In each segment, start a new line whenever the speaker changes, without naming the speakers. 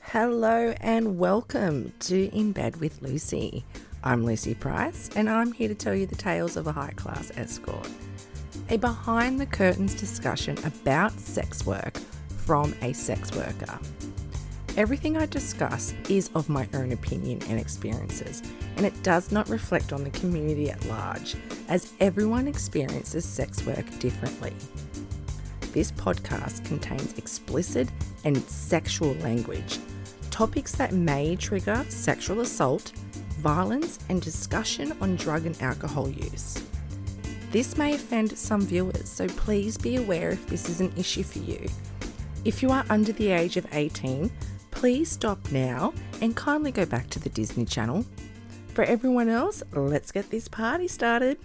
Hello and welcome to In Bed with Lucy. I'm Lucy Price and I'm here to tell you the tales of a high class escort. A behind the curtains discussion about sex work from a sex worker. Everything I discuss is of my own opinion and experiences, and it does not reflect on the community at large, as everyone experiences sex work differently this podcast contains explicit and sexual language, topics that may trigger sexual assault, violence, and discussion on drug and alcohol use. This may offend some viewers, so please be aware if this is an issue for you. If you are under the age of 18, please stop now and kindly go back to the Disney Channel. For everyone else, let's get this party started.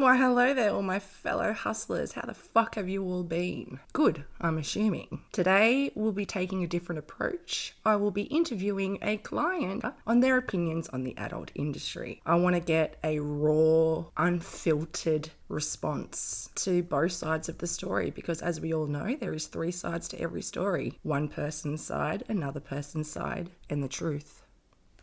Why, hello there, all my fellow hustlers. How the fuck have you all been? Good, I'm assuming. Today, we'll be taking a different approach. I will be interviewing a client on their opinions on the adult industry. I want to get a raw, unfiltered response to both sides of the story because as we all know there is three sides to every story one person's side another person's side and the truth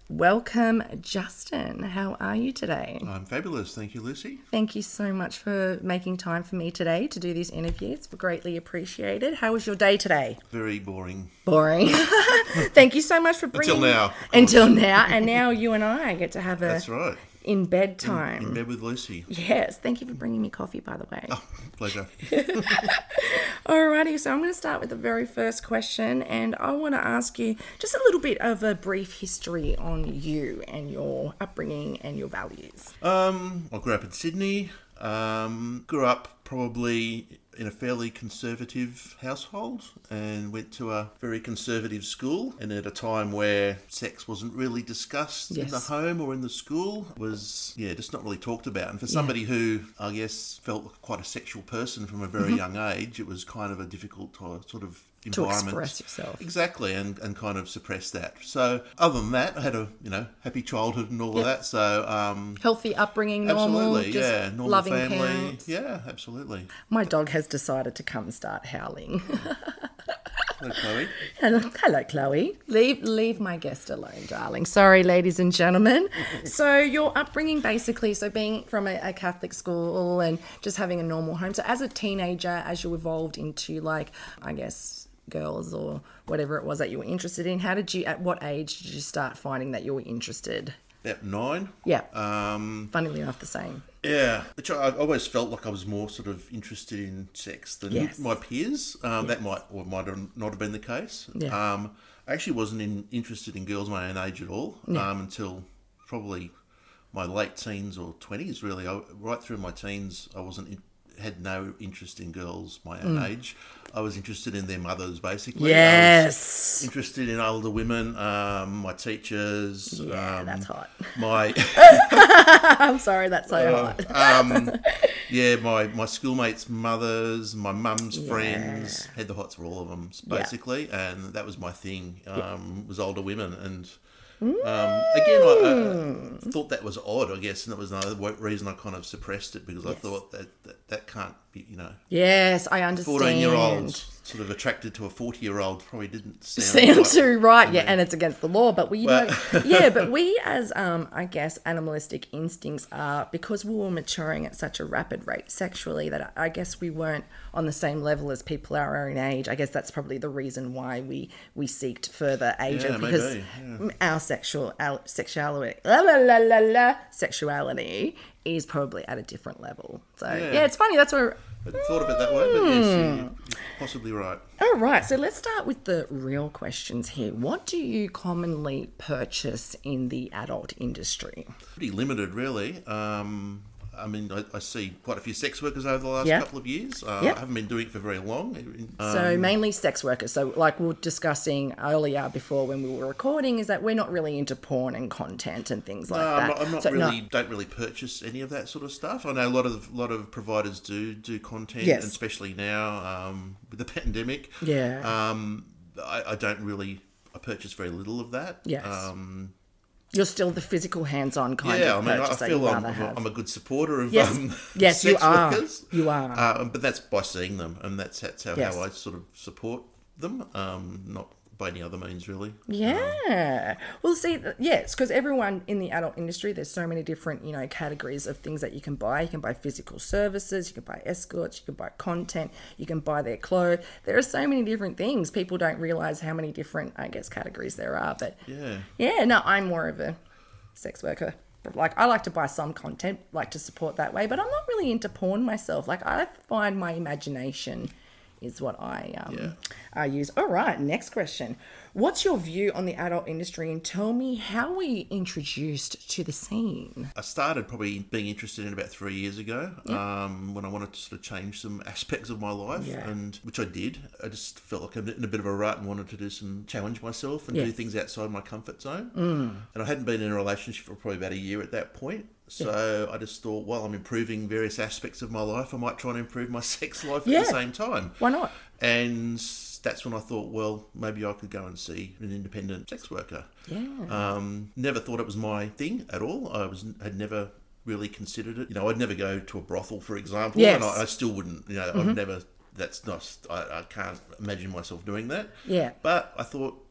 welcome justin how are you today
I'm fabulous. Thank you, Lucy.
Thank you so much for making time for me today to do this interview. It's greatly appreciated. How was your day today?
Very boring.
Boring. Thank you so much for bringing
Until now, of course.
Until now, and now you and I get to have a
That's right.
in bed time.
In bed with Lucy.
Yes. Thank you for bringing me coffee, by the
Oh.
way.
Pleasure.
Alrighty, so I'm going to start with the very first question, and I want to ask you just a little bit of a brief history on you and your upbringing and your values.
Um, I grew up in Sydney. Um, grew up probably in a fairly conservative household and went to a very conservative school and at a time where sex wasn't really discussed in the
Yes.
home or in the school was yeah just not really talked about and for somebody who i guess felt quite a sexual person from a very young age it was kind of a difficult to, sort of
Mm-hmm. To
environment
express yourself.
Exactly, and, and kind of suppress that. So other than that, I had a you know happy childhood and all of that. So um,
Healthy upbringing, normal,
absolutely,
just
yeah, normal
loving
family,
parents.
yeah, absolutely.
My dog has decided to come start howling.
Hello, Chloe.
Hello, hello, Chloe. Leave leave my guest alone, darling. Sorry, ladies and gentlemen. So your upbringing, basically, so being from a, a Catholic school and just having a normal home. So as a teenager, as you evolved into like, I guess, girls or whatever it was that you were interested in, how did you? At what age did you start finding that you were interested?
About nine.
Yeah.
Um,
Funnily enough, the same.
yeah, which I, I always felt like I was more sort of interested in sex than
Yes.
my peers. Um, That might or might have not have been the case.
Yeah.
Um, I actually wasn't in, interested in girls my own age at all um, until probably my late teens or twenties. Really, I, right through my teens, I wasn't in, had no interest in girls my own
Mm.
age. I was interested in their mothers, basically. I was
Yes.
interested in older women, um, my teachers.
Yeah,
um,
that's hot.
My
I'm sorry, that's so hot.
um, yeah, my, my schoolmates' mothers, my mum's friends had the hots for all of them, basically, and that was my thing. Um, Was older women, and um, again, I, I thought that was odd, I guess, and that was another wo- reason I kind of suppressed it because I thought that, that that can't be, you know,
Yes, I understand.
fourteen year old sort of attracted to a forty year old probably didn't sound,
sound
right.
too right, yeah, and it's against the law. But we, know, yeah, but we as um, I guess animalistic instincts are because we were maturing at such a rapid rate sexually that I I guess we weren't on the same level as people our own age. I guess that's probably the reason why we we seeked further aging
Yeah,
because
maybe,
our sexual our sexuality la, la, la, la, la, sexuality is probably at a different level. So yeah,
Yeah.
it's funny. That's where
I thought of it that way, but yes, you- you're possibly right.
all right, so let's start with the real questions here. What do you commonly purchase in the adult industry?
pretty limited, really. Um, I mean, I, I see quite a few sex workers over the last
Yeah.
couple of years. Uh,
Yeah.
I haven't been doing it for very long. Uh,
so, mainly sex workers. So, like we were discussing earlier before when we were recording, is that we're not really into porn and content and things like that.
I'm not, I'm not
So, no,
really don't really purchase any of that sort of stuff. I know a lot of lot of providers do do content,
Yes.
and especially now um, with the pandemic.
Yeah.
Um, I, I don't really. I purchase very little of that.
Yes.
Um,
you're still the physical hands on kind
yeah, I
of
mean, I
purchase that
feel
you
I'm,
rather have.
I'm a good supporter of
Yes.
um,
Yes, you
sex
are.
workers. Uh,
You are.
Um, but that's by seeing them, and that's, that's how,
Yes.
how I sort of support them, um, not by any other means, really.
Yeah. Well, see, th- yes, because everyone in the adult industry, there's so many different, you know, categories of things that you can buy. You can buy physical services, you can buy escorts, you can buy content, you can buy their clothes. There are so many different things. People don't realize how many different, I guess, categories there are. But
Yeah.
yeah, no, I'm more of a sex worker. Like I like to buy some content, like to support that way, but I'm not really into porn myself. Like I find my imagination is what I um,
Yeah.
I use. All right, next question. What's your view on the adult industry and tell me how were you introduced to the scene?
I started probably being interested in about three years ago um, when I wanted to sort of change some aspects of my life,
Yeah.
and which I did. I just felt like I'm in a bit of a rut and wanted to do some challenge myself and do
Yes.
things outside my comfort zone. Mm. And I hadn't been in a relationship for probably about a year at that point. So I just thought, while I'm improving various aspects of my life, I might try and improve my sex life
Yeah.
at the same time.
Why not?
And that's when I thought, well, maybe I could go and see an independent sex worker.
Yeah.
Um, never thought it was my thing at all. I was had never really considered it. You know, I'd never go to a brothel, for example,
Yes. Mm-hmm.
and I, I still wouldn't. You know, I've never. That's not. I, I can't imagine myself doing that.
Yeah.
But I thought,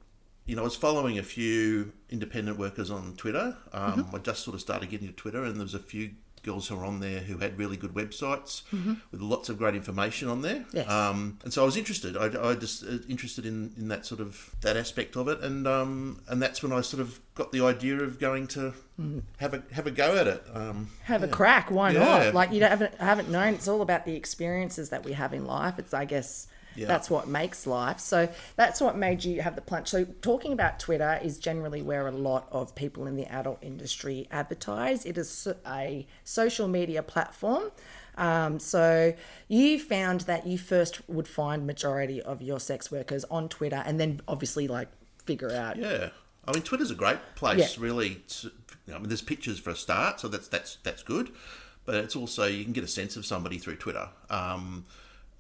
you know, I was following a few independent workers on Twitter. Um, I just sort of started getting to Twitter, and there was a few girls who were on there who had really good websites with lots of great information on there.
Yes.
Um, and so I was interested. I, I just uh, interested in, in that sort of that aspect of it, and um, and that's when I sort of got the idea of going to have a have a go at it. Um,
Have a crack, why
Yeah.
not? Like you don't haven't haven't known it's all about the experiences that we have in life. It's I guess
Yeah.
that's what makes life. So that's what made you have the plunge. So talking about Twitter is generally where a lot of people in the adult industry advertise. It is so- a social media platform. Um, so you found that you first would find majority of your sex workers on Twitter, and then obviously like figure out
Yeah, I mean, Twitter's a great place,
Yeah.
really. To, I mean, there's pictures for a start, so that's that's that's good. But it's also you can get a sense of somebody through Twitter um,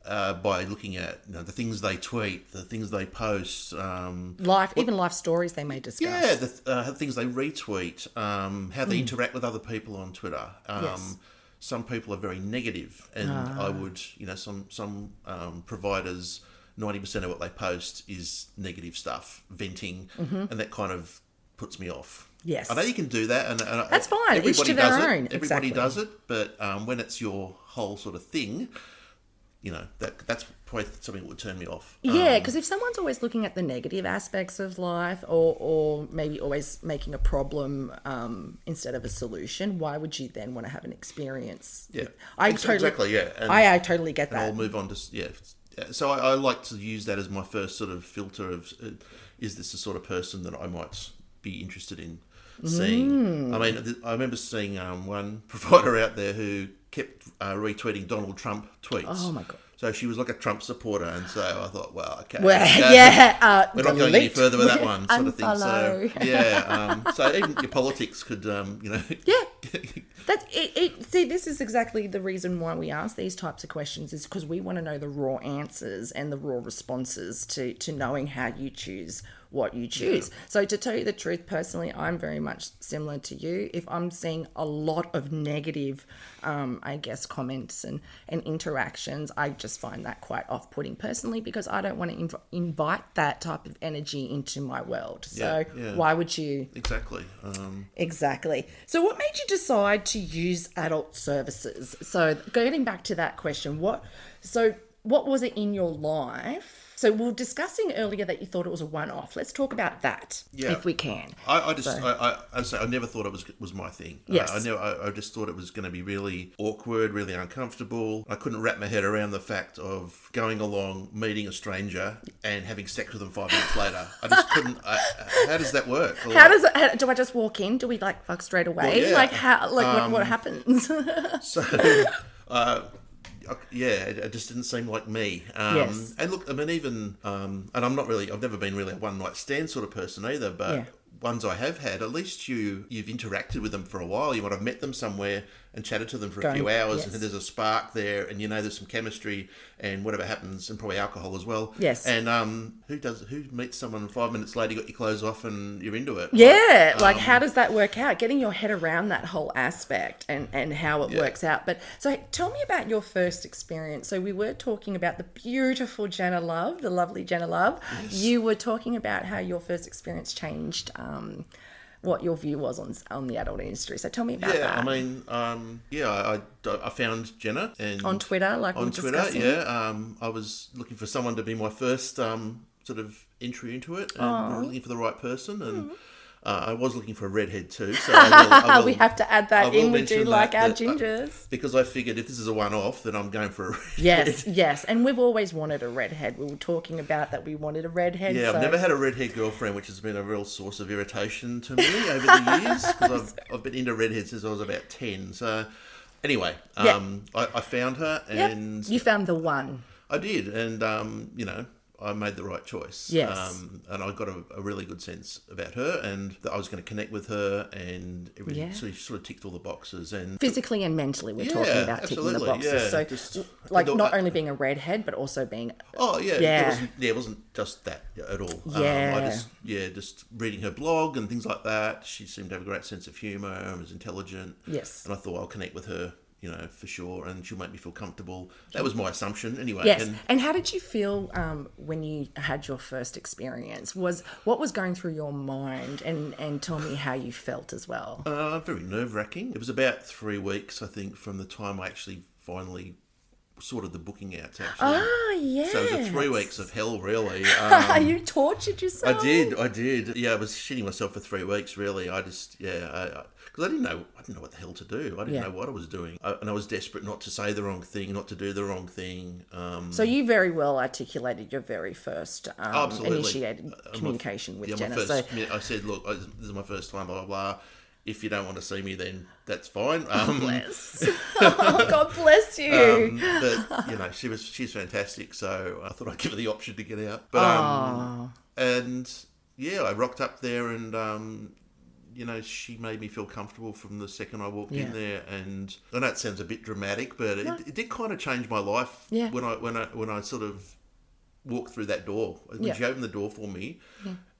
uh, by looking at you know, the things they tweet, the things they post. Um,
life, even life stories they may discuss.
yeah, the th- uh, things they retweet, um, how they interact with other people on Twitter. Um,
Hmm. Yes. Ah.
Some people are very negative, and I would, you know, some some um, providers, ninety percent of what they post is negative stuff, venting, and that kind of puts me off.
Mm-hmm. Yes.
I know you can do that, and, and
That's fine, each
Everybody
to their
does
own,
It. Everybody
exactly.
does it, but um, when it's your whole sort of thing, you know, that that's probably something that would turn me off.
Yeah, because if someone's always looking at the negative aspects of life, or or maybe always making a problem um, instead of a solution, why would you then want to have an experience?
Yeah,
I
Ex-
totally,
exactly. Yeah, and-
I, I totally get
and I'll
that.
move on to yeah. So I, I like to use that as my first sort of filter of uh, is this the sort of person that I might be interested in seeing? I mean, th- I remember seeing um, one provider out there who kept uh, retweeting Donald Trump tweets.
Oh, my God.
So she was like a Trump supporter, and so I thought, well, okay,
Well,
okay,
yeah, uh,
we're not going any
delete.
further with that one, sort of thing. So
Unfollow.
yeah, um, so even your politics could, um, you know,
Yeah. That's it, it. See, this is exactly the reason why we ask these types of questions is because we want to know the raw answers and the raw responses to to knowing how you choose what you choose. So to tell you the truth, personally, I'm very much similar to you. If I'm seeing a lot of negative, um, I guess, comments and and interactions, I just find that quite off putting personally because I don't want to inv- invite that type of energy into my world. So
Yeah, yeah.
why would you?
exactly. Um,
Exactly. So, what made you decide to use adult services? So, getting back to that question, what so what was it in your life? So, we are discussing earlier that you thought it was a one-off. Let's talk about that,
Yeah.
if we can.
I, I just, I, I, I say, I never thought it was was my thing.
Yes.
I, I never, I, I just thought it was going to be really awkward, really uncomfortable. I couldn't wrap my head around the fact of going along, meeting a stranger, and having sex with them five minutes later. I just couldn't. I, I- how does that work?
How does it? How, do I just walk in? Do we like fuck straight away?
Well, yeah. Um,
Like how? Like what, what happens?
So, uh, yeah, it, it just didn't seem like me. Um,
Yes.
And look, I mean, even, um, and I'm not really, I've never been really a one night stand sort of person either, but
Yeah.
ones I have had, at least you, you've interacted with them for a while. You might have met them somewhere and chatted to them for a
Going-
few hours,
yes.
and there's a spark there, and you know there's some chemistry and whatever happens, and probably alcohol as well.
Yes.
And um, who does who meets someone and five minutes later, you got your clothes off and you're into it?
Yeah,
Um,
like how does that work out? Getting your head around that whole aspect and and how it
Yeah.
works out. But so tell me about your first experience. So we were talking about the beautiful Jenna Love, the lovely Jenna Love. You were talking about how your first experience changed um, what your view was on on the adult industry. So tell me about
Yeah,
that.
I mean, um, yeah, I, I- I found Jenna and
on Twitter, like we
on
we're
Twitter.
discussing.
Yeah, um, I was looking for someone to be my first um, sort of entry into it, and we were looking for the right person, and uh, I was looking for a redhead too. So I will, I will,
Hmm. we have to add
I
that
will
in. We do
mention
like
that-
our
that- uh,
gingers.
because I figured if this is a one-off, then I'm going for a redhead.
Yes, yes, and we've always wanted a redhead. We were talking about that we wanted a redhead.
Yeah,
so.
I've never had a redhead girlfriend, which has been a real source of irritation to me over the years because I've, I've been into redheads since I was about 10. So, anyway,
Yeah.
um, I, I found her
Yep,
and
you found the one.
I did, and um, you know, I made the right choice.
Yes.
um, and I got a, a really good sense about her, and that I was going to connect with her, and everything.
Yeah.
So she sort of ticked all the boxes, and
physically and mentally we're talking
Yeah,
about ticking the
absolutely,
boxes
yeah.
so
Just-
l- like
the-
not only being a redhead but also being
oh yeah,
Yeah.
it wasn't, yeah, it wasn't just that at all. um,
Yeah.
I just yeah, just reading her blog and things like that. She seemed to have a great sense of humour and was intelligent.
Yes.
and I thought I'll connect with her. You know, for sure, and she'll make me feel comfortable. That was my assumption, anyway.
yes
And
and, how did you feel um, when you had your first experience was what was going through your mind and and tell me how you felt as well
Uh, very nerve wracking. It was about three weeks, I think, from the time I actually finally sorted the booking out. Actually,
oh yeah
so it was a three weeks of hell, really. Um,
you tortured yourself
I did, I did. Yeah, I was shitting myself for three weeks. Really, I just yeah, I, I, 'cause I didn't know, I didn't know what the hell to do. I didn't
Yeah.
know what I was doing, I, and I was desperate not to say the wrong thing, not to do the wrong thing. Um,
so you very well articulated your very first um,
Absolutely.
initiated
Uh, my-
communication with
yeah,
jenna
my first,
so
yeah, I said, look, I, this is my first time, blah blah blah. If you don't want to see me, then that's fine. Um,
bless oh god bless you
Um, but you know, she was she's fantastic. So I thought I'd give her the option to get out. But um, and yeah, I rocked up there, and um, you know, she made me feel comfortable from the second I walked
Yeah.
in there. And I know it sounds a bit dramatic, but it, it did kind of change my life.
Yeah.
When I when I when I sort of walked through that door, when
Yeah.
she opened the door for me.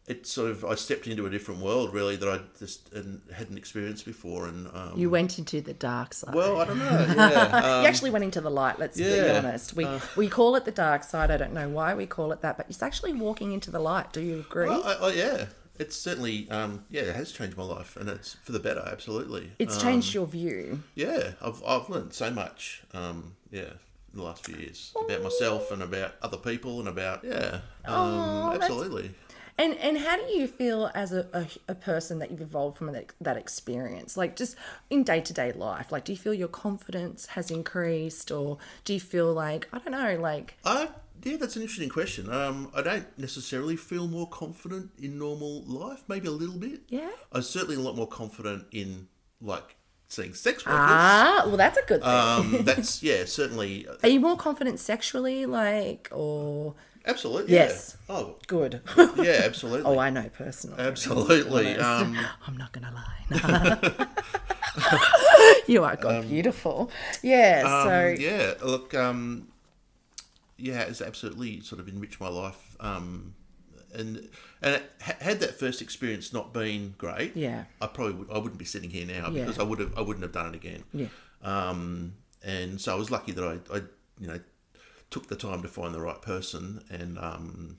It sort of I stepped into a different world really that I just and hadn't experienced before and um,
you went into the dark side
well I don't know yeah
you actually went into the light. Let's
Um, yeah, Uh.
be honest. We we call it the dark side. I don't know why we call it that, but it's actually walking into the light. Do you agree?
Well, I, I, yeah, it's certainly um, yeah, it has changed my life, and it's for the better, absolutely.
it's
Uh,
changed your view.
yeah, I've I've learned so much. Um, yeah, in the last few years about myself and about other people and about yeah, um,
that's-
absolutely.
And and how do you feel as a, a, a person that you've evolved from that, that experience? Like just in day to day life, like do you feel your confidence has increased, or do you feel like I don't know, like
Uh, yeah, that's an interesting question. Um, I don't necessarily feel more confident in normal life. Maybe a little bit.
Yeah.
I'm certainly a lot more confident in like seeing sex workers.
ah, well that's a good thing.
Um, that's yeah, certainly, uh,
Are you more confident sexually, like or
absolutely.
Yes.
Yeah. Oh,
good?
yeah, absolutely.
oh, I know personally.
Absolutely. Um,
I'm not gonna lie. you are God beautiful. Yeah. so
um, yeah, look, um, yeah, it's absolutely sort of enriched my life. Um, and and ha- had that first experience not been great,
Yeah.
I probably would, I wouldn't be sitting here now
Yeah.
because I would have I wouldn't have done it again.
Yeah.
Um, and so I was lucky that I, I you know took the time to find the right person and um,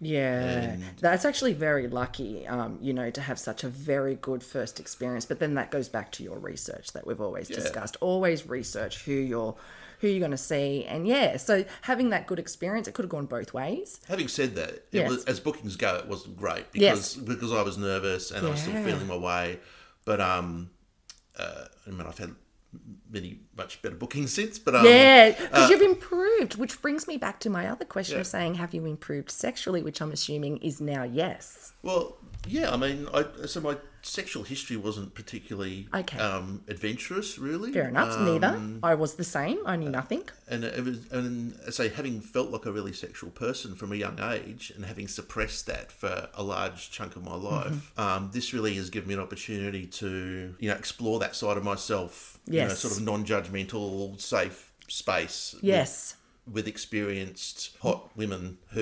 yeah,
and-
that's actually very lucky. Um, you know, to have such a very good first experience. But then that goes back to your research that we've always discussed. Always research who you're, who you're going to see, and yeah. So having that good experience, it could have gone both ways.
Having said that, it
Yes.
was, as bookings go, it wasn't great
Yes.
because because I was nervous and I was still
Yeah.
feeling my way. But um, uh, I mean, I've had many much better bookings since. But um,
Yeah, because you've improved, which brings me back to my other question of saying, have you improved sexually? Which I'm assuming is now yes.
well, yeah. I mean, I so my sexual history wasn't particularly
Okay.
um, adventurous, really.
Fair enough.
Um,
Neither. I was the same. I knew nothing.
And it was, and I say, having felt like a really sexual person from a young age, and having suppressed that for a large chunk of my
Mm-hmm.
life, um, this really has given me an opportunity to, you know, explore that side of myself. You know,
Yes.
sort of non-judgmental, safe space. with-
Yes.
With, experienced hot women who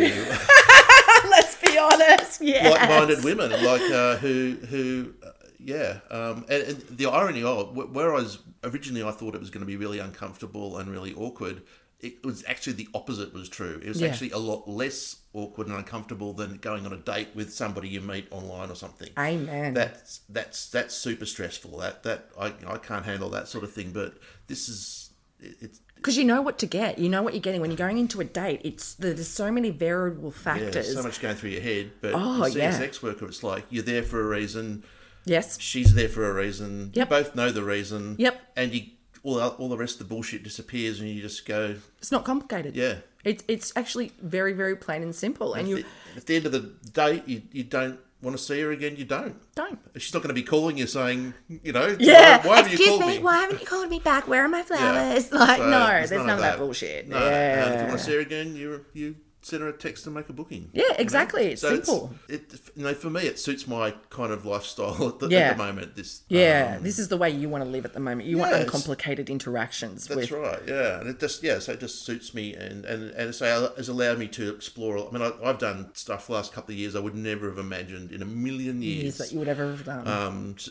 Let's be honest. Yeah.
like-minded women, like uh, who who, uh, yeah. Um, and, and the irony of wh- where I was originally, I thought it was going to be really uncomfortable and really awkward. It was actually the opposite was true. It was
Yeah.
actually a lot less awkward and uncomfortable than going on a date with somebody you meet online or something.
Amen.
That's that's that's super stressful. That that I I can't handle that sort of thing. But this is it, it's
Because you know what to get. You know what you're getting when you're going into a date. It's there's so many variable
yeah,
factors.
so much going through your head. But
Oh,
as
yeah.
a sex worker, it's like you're there for a reason.
yes.
she's there for a reason. You
Yep.
both know the reason.
Yep.
And you all the- all the rest of the bullshit disappears, and you just go,
It's not complicated.
yeah.
It's it's actually very very plain and simple. And you
At the- At the end of the day, you, you don't want to see her again. You don't.
don't.
She's not going to be calling you saying, you know,
Yeah.
why, why have you
Excuse
called
me,
me?
Why haven't you called me back? Where are my
Yeah.
flowers? Like
So,
no,
there's
there's none, of that,
that. Um,
bullshit.
No,
yeah.
no, if you want to see her again, you you send her a text and make a booking.
yeah. Exactly. It's
So it's-
simple.
it, you know, for me, it suits my kind of lifestyle at the,
Yeah.
at the moment. This um,
Yeah. this is the way you want to live at the moment. You want
Yes.
uncomplicated interactions
That's
with.
right. Yeah, and it just yeah, so it just suits me, and and and so has allowed me to explore. I mean, I, I've done stuff the last couple of years I would never have imagined in a million
Is
years.
that you would ever have done.
um, s-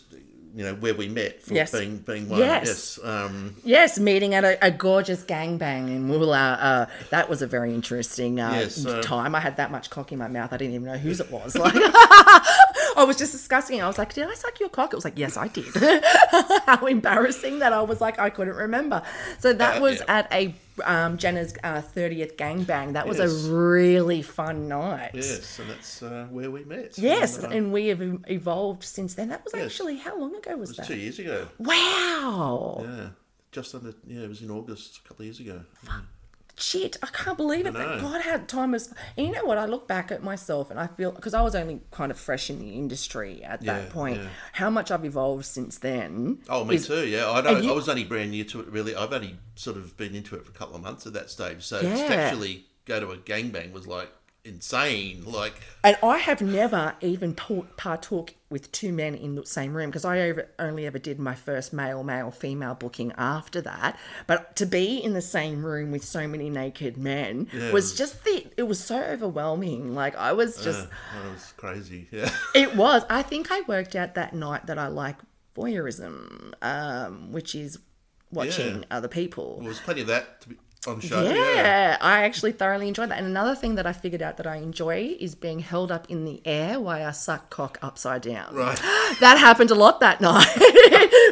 you know where we met for
Yes.
being being one.
Yes.
Yes. Um,
Yes, meeting at a, a gorgeous gangbang in Woollah. Uh, that was a very interesting uh,
Yes, so-
time. I had that much cock in my mouth. I didn't even know whose it was. Like, I was just discussing. it. I was like, "Did I suck your cock?" It was like, "Yes, I did." How embarrassing that I was like, I couldn't remember. So that
Uh,
was
yeah.
at a um, Jenna's thirtieth gangbang. That was
Yes.
a really fun night.
yes, and that's uh, where we met.
Yes,
Um,
and we have em- evolved since then. That was actually how long ago was that?
uh, two years ago.
Wow.
Yeah, just under. Yeah, it was in August a couple of years ago.
shit, I can't believe it. But
know.
God, how time has. And you know what? I look back at myself and I feel because I was only kind of fresh in the industry at that
Yeah,
point.
yeah.
How much I've evolved since then.
Oh, me
is-
too. Yeah, I know.
you-
I was only brand new to it. Really, I've only sort of been into it for a couple of months at that stage. So to
Yeah.
actually go to a gangbang was like insane. Like
And I have never even par- partook with two men in the same room because I over, only ever did my first male, male, female booking after that. But to be in the same room with so many naked men
Yeah, it
was
was-
just the. It was so overwhelming. Like I was just.
that was crazy. Yeah.
It was. I think I worked out that night that I like voyeurism, um, which is watching
Yeah.
other people.
Well, there's plenty of that to be on show.
yeah,
Uh, Yeah.
I actually thoroughly enjoyed that. And another thing that I figured out that I enjoy is being held up in the air while I suck cock upside down.
Right.
That happened a lot that night,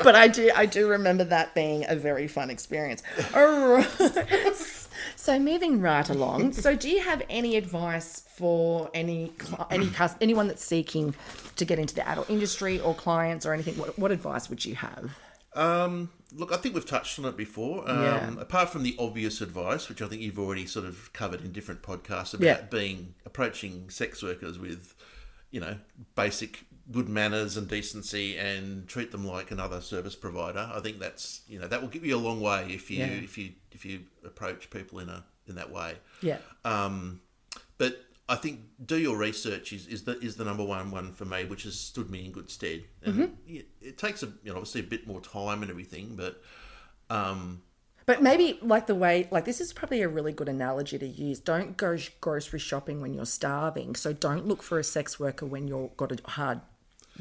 but I do I do remember that being a very fun experience. All right. So moving right along. So do you have any advice for any cli- any cus- anyone that's seeking to get into the adult industry or clients or anything? What, what advice would you have?
Look, I think we've touched on it before. Um,
Yeah.
Apart from the obvious advice, which I think you've already sort of covered in different podcasts about
Yeah.
being approaching sex workers with, you know, basic good manners and decency and treat them like another service provider. I think that's you know that will give you a long way if you
Yeah.
if you if you approach people in a in that way.
Yeah.
Um, but I think do your research is, is the is the number one one for me, which has stood me in good stead. And
Mm-hmm.
it, it takes a you know obviously a bit more time and everything, but um,
But maybe like the way like this is probably a really good analogy to use. Don't go sh- grocery shopping when you're starving. So don't look for a sex worker when you're got a hard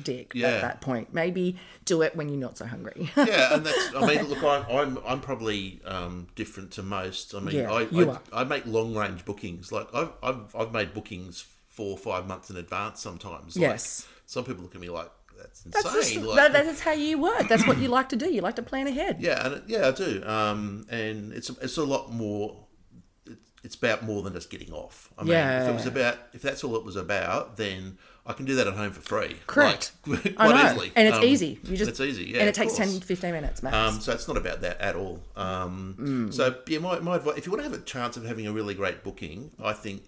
dick
Yeah.
at that point. Maybe do it when you're not so hungry.
yeah, and that's I mean look, I'm I'm, I'm probably um, different to most. I mean
Yeah,
I,
you
I,
are.
I make long range bookings. Like I've, I've I've made bookings four or five months in advance sometimes. Like,
Yes.
some people look at me like that's insane.
That's just,
like,
that, that is how you work. That's what you like to do. You like to plan ahead.
Yeah, and it- yeah, I do. Um, and it's it's a lot more. it- It's about more than just getting off. I mean, if it was
Yeah.
about if that's all it was about, then I can do that at home for free.
Correct.
Like,
I
quite
know.
easily.
And it's
Um,
easy. You just
it's easy. Yeah,
and
of
it takes
course.
10 15 minutes max.
Um, so it's not about that at all. Um, So yeah, my, my advice, if you want to have a chance of having a really great booking, I think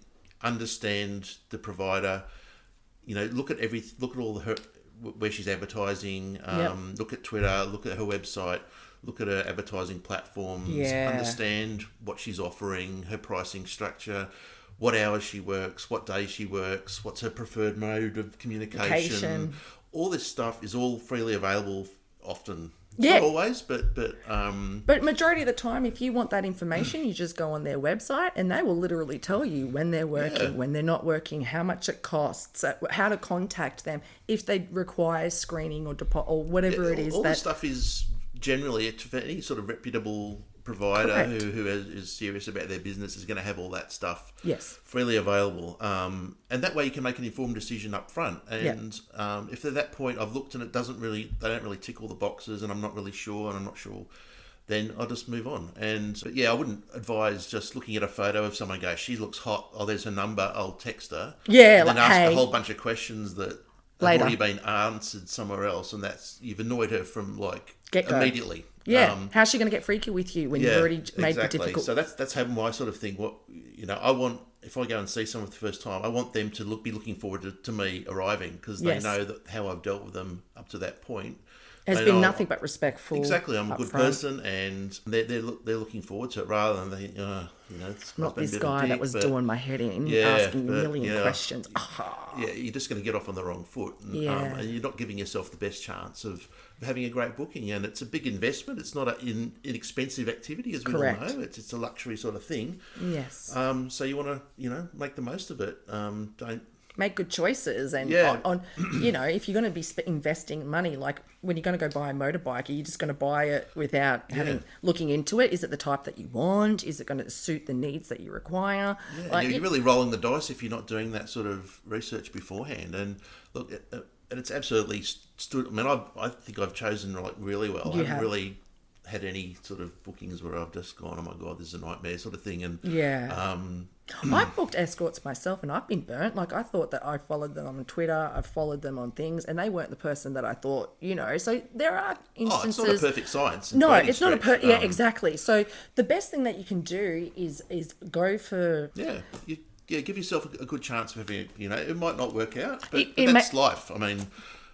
understand the provider. You know, look at every look at all the her, wh- where she's advertising. Um, Look at Twitter. Look at her website. Look at her advertising platforms.
Yeah.
Understand what she's offering, her pricing structure, what hours she works, what day she works, what's her preferred mode of communication.
Communication.
All this stuff is all freely available. Often,
Yeah.
not always, but but um,
But majority of the time, if you want that information, you just go on their website and they will literally tell you when they're working, when they're not working, how much it costs, uh, how to contact them, if they require screening or depo- or whatever it is
all
that
this stuff is generally it- for any sort of reputable provider
Correct.
who, who is, is serious about their business is going to have all that stuff
Yes.
freely available um, and that way you can make an informed decision up front and um, if at that point i've looked and it doesn't really they don't really tick all the boxes and i'm not really sure and i'm not sure then I'll just move on. And but yeah, I wouldn't advise just looking at a photo of someone go, she looks hot. Oh, there's her number. I'll text her.
Yeah,
and then
like,
ask
hey.
a whole bunch of questions that
Later.
have already been answered somewhere else, and that's you've annoyed her from like
Get-go.
immediately. Um,
yeah, how's she going to get freaky with you when you've already made the difficult?
So that's that's how my sort of thing. What you know, I want if I go and see someone for the first time, I want them to look be looking forward to, to me arriving because they
Yes.
know that how I've dealt with them up to that point
has
They
been
know
nothing but respectful.
Exactly, I'm a
up
good
front.
person, and they're they're, look, they're looking forward to it rather than they, uh, you know, it's
Not this guy that was doing my head in,
Yeah,
asking a
but,
million
yeah.
questions. Ah,
yeah, you're just going to get off on the wrong foot, and, um,
Yeah.
and you're not giving yourself the best chance of having a great booking. And it's a big investment. It's not an in, inexpensive activity, as we
Correct.
all know. It's it's a luxury sort of thing.
yes.
Um, so you want to you know make the most of it. Um, don't
make good choices and
Yeah.
on, on you know if you're going to be sp- investing money like when you're going to go buy a motorbike are you just going to buy it without having looking into it is it the type that you want is it going to suit the needs that you require
Yeah,
like
you're
it-
really rolling the dice if you're not doing that sort of research beforehand. And look, it, it- and it's absolutely st- stood. I mean, I've, I think I've chosen like really well.
You
I
have.
haven't really had any sort of bookings where I've just gone, oh my god, this is a nightmare sort of thing. And
Yeah.
um,
I booked escorts myself and I've been burnt. Like I thought that I followed them on Twitter, I followed them on things, and they weren't the person that I thought, you know. So there are
oh,
instances.
it's not a perfect science.
No,
by any
it's not a per-
stretch.
yeah,
Um,
exactly. So the best thing that you can do is is go for
Yeah, you, yeah, give yourself a, a good chance of having. it, You know, it might not work out, but,
It-
but
it may-
that's life. I mean.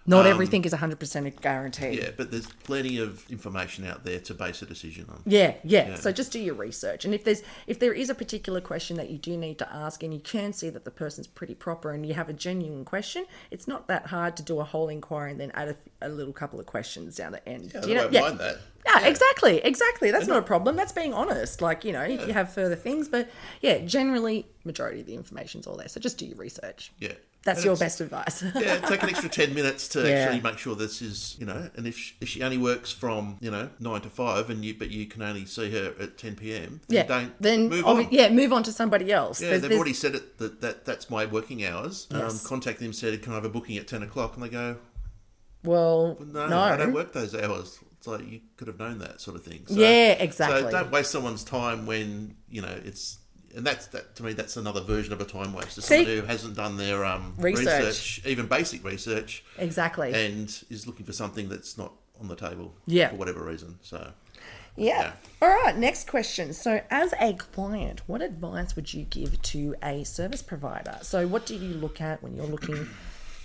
not everything is 100% guaranteed.
Um, Yeah, but there's plenty of information out there to base a decision on.
Yeah, yeah, So just do your research, and if there's if there is a particular question that you do need to ask, and you can see that the person's pretty proper, and you have a genuine question, it's not that hard to do a whole inquiry and then add a, a little couple of questions down the end.
Yeah,
Do
I
you know-
won't mind that.
Yeah, Ah, exactly, exactly. That's not a problem. That's being honest. Like you know, if you have further things, but yeah, generally majority of the information's all there. So just do your research.
Yeah,
That's
And
your
it's-
best advice.
yeah, take an extra 10 minutes to
Yeah.
actually make sure this is, you know, and if she, if she only works from, you know, 9 to 5 and you but you can only see her at 10 p.m.
yeah.
then don't
then
move
obvi-
on.
yeah, move on to somebody else.
Yeah,
There's-
they've
there's-
already said it that, that that's my working hours.
Yes.
Um, contact them said, "Can I have a booking at ten o'clock?" And they go,
well,
"No,
no,
I don't work those hours." It's like you could have known that sort of thing. So,
Yeah, exactly.
So don't waste someone's time when you know it's, and that's that to me. That's another version of a time waste. It's
See?
someone who hasn't done their um,
Research.
research, even basic research,
exactly.
and is looking for something that's not on the table
Yeah.
for whatever reason. So,
Yeah.
Yeah.
All right, next question. So, as a client, what advice would you give to a service provider? So, what do you look at when you're looking?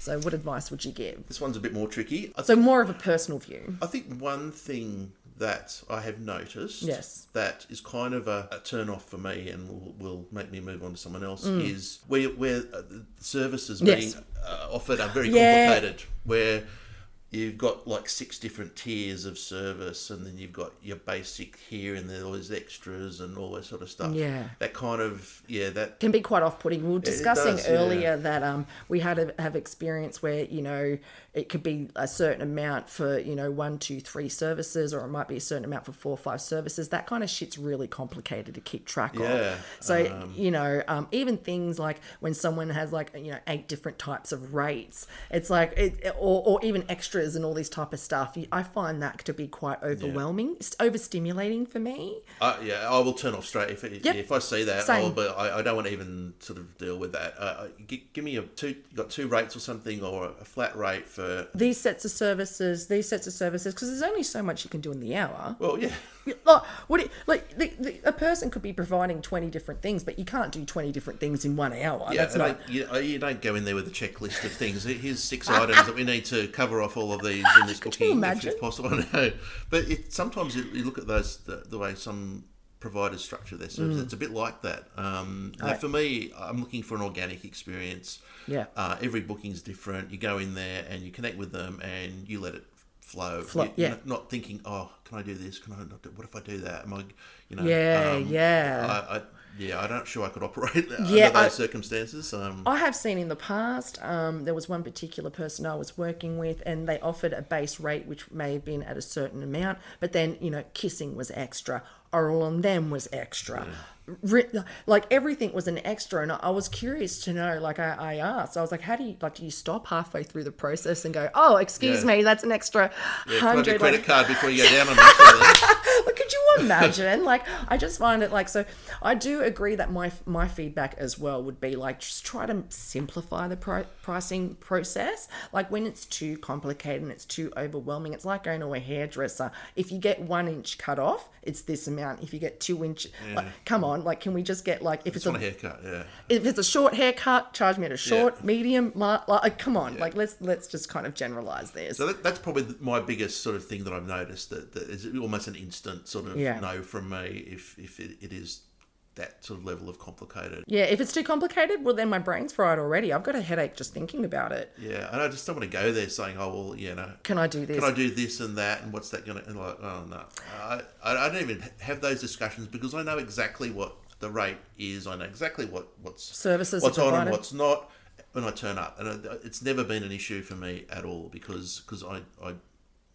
So, what advice would you give?
this one's a bit more tricky. I,
So, more of a personal view.
I think one thing that I have noticed
Yes.
that is kind of a, a turn off for me and will, will make me move on to someone else is where, where uh, the services
Mm. Yes.
being uh, offered are very
Yeah.
complicated, where you've got like six different tiers of service and then you've got your basic here and there, all these extras and all that sort of stuff.
Yeah.
That kind of, yeah, that
Can be quite off-putting. We were discussing
does, yeah.
earlier that um, we had a, have experience where you know it could be a certain amount for you know one, two, three services, or it might be a certain amount for four, five services. That kind of shit's really complicated to keep track
Yeah,
of. So you know, um, even things like when someone has like you know eight different types of rates, it's like it, or, or even extra ultras and all this type of stuff, you- I find that to be quite overwhelming, It's overstimulating for me.
Uh, yeah, I will turn off straight if if,
Yep.
if I see that.
Same.
Oh, but I, I don't want to even sort of deal with that. Uh, Uh, gi- give me a two. You got two rates or something, or a flat rate for.
These sets of services, these sets of services, because there's only so much you can do in the hour.
Well, yeah,
Like, what it, like the, the, a person could be providing 20 different things, but you can't do 20 different things in one hour.
yeah.
That's
I
not.
don't- you, uh, you don't go in there with a checklist of things. Here- Here's six items that we need to cover off all of these in this
Could
booking,
you
if-
imagine?
if, possible. I know. but it, sometimes you, you look at those the, the way some providers structure their service.
Mm.
It's a bit like that. Um, now For me, I'm looking for an organic experience.
Yeah.
uh, every booking's different. You go in there and you connect with them and you let it flow.
Flow,
You-
yeah.
Not, not thinking, oh, can I do this? Can I not do? What if I do that? Am I, you know?
Yeah, yeah.
I, I, yeah, I'm not sure I could operate
Uh, Yeah,
under those
I-
circumstances. Um,
I have seen in the past, um, there was one particular person I was working with, and they offered a base rate which may have been at a certain amount, but then, you know, kissing was extra, oral on them was extra. Ri- Like everything was an extra, and I- I was curious to know. Like I, I asked, I was like, "How do you like? Do you stop halfway through the process and go, oh, excuse
Yeah.
me, that's an extra
yeah, can I do
hundred?
credit card before you go down on that?
But could you imagine? like, I just find it like so. I do agree that my my feedback as well would be like just try to simplify the pri- pricing process. Like when it's too complicated and it's too overwhelming, it's like going to a hairdresser. If you get one inch cut off, it's this amount. If you get two inch, like, come on, like can we just get like if it's,
Just want
a
a haircut. Yeah.
if it's a short haircut, charge me at a short,
Yeah.
medium, la- la- like come on, like let's let's just kind of generalize this.
So that, that's probably th- my biggest sort of thing that I've noticed that, that is almost an instant sort of
Yeah.
no from me if if it, it is that sort of level of complicated.
yeah, if it's too complicated, well then my brain's fried already. I've got a headache just thinking about it.
Yeah, and I just don't want to go there saying, "Oh well, you know,
can I do this?
can I do this and that and what's that going to?" And like, oh no, I, I I don't even have those discussions because I know exactly what the rate is. I know exactly what what's
Services are
what's on and
provided.
what's not when I turn up, and I, it's never been an issue for me at all because because I I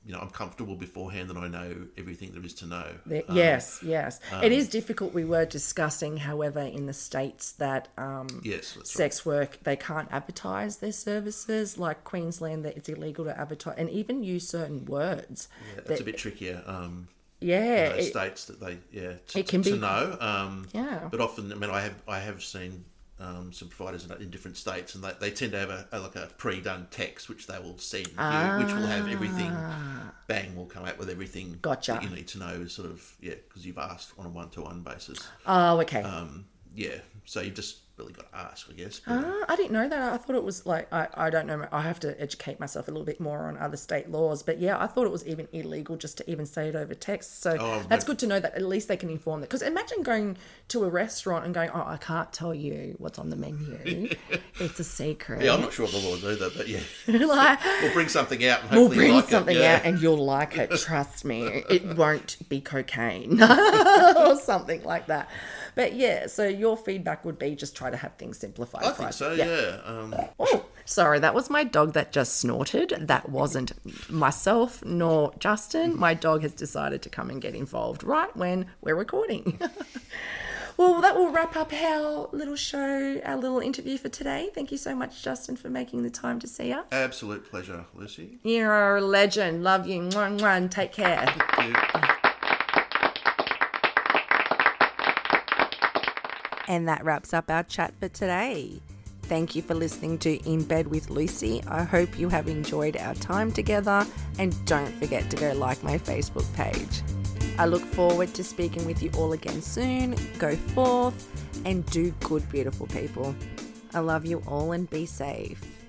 you know I'm comfortable beforehand that I know everything there is to know. Um,
The- yes, yes. it is difficult. We were discussing, however, in the states that um,
Yes, that's right.
sex work they can't advertise their services. Like Queensland, that it's illegal to advertise and even use certain words.
Yeah, it's a bit trickier. Um,
Yeah,
those
it-
states that they yeah to,
it can
to
be-
know um
Yeah.
but often i mean i have i have seen um, some providers in, in different states and they, they tend to have a, a like a pre-done text which they will send you which will have everything bang will come out with everything
Ah. Gotcha.
that you need to know sort of yeah because you've asked on a one-to-one basis
oh, okay.
um yeah so you've just really got to ask i guess but,
Ah, I didn't know that. I thought it was like I, I don't know. I have to educate myself a little bit more on other state laws. But yeah, I thought it was even illegal just to even say it over text. So
Oh,
that's
but-
good to know that at least they can inform that. Because imagine going to a restaurant and going, "Oh, I can't tell you what's on the menu. it's a secret."
yeah i'm not sure of the laws either but yeah
Like,
we'll bring something out and
we'll
hopefully you
bring
like it,
something
yeah.
out and you'll like it. Trust me, it won't be cocaine or something like that. But yeah, so your feedback would be just try to have things simplified.
i
for
think
us.
so yeah, um
Oh, sorry, that was my dog that just snorted. That wasn't myself nor Justin. My dog has decided to come and get involved right when we're recording. well, that will wrap up our little show, our little interview for today. Thank you so much, Justin, for making the time to see us.
absolute pleasure lucy
You're a legend. Love you. Mwah, mwah, and take care.
Thank you.
And that wraps up our chat for today. Thank you for listening to In Bed with Lucy. I hope you have enjoyed our time together and don't forget to go like my Facebook page. I look forward to speaking with you all again soon. Go forth and do good, beautiful people. I love you all and be safe.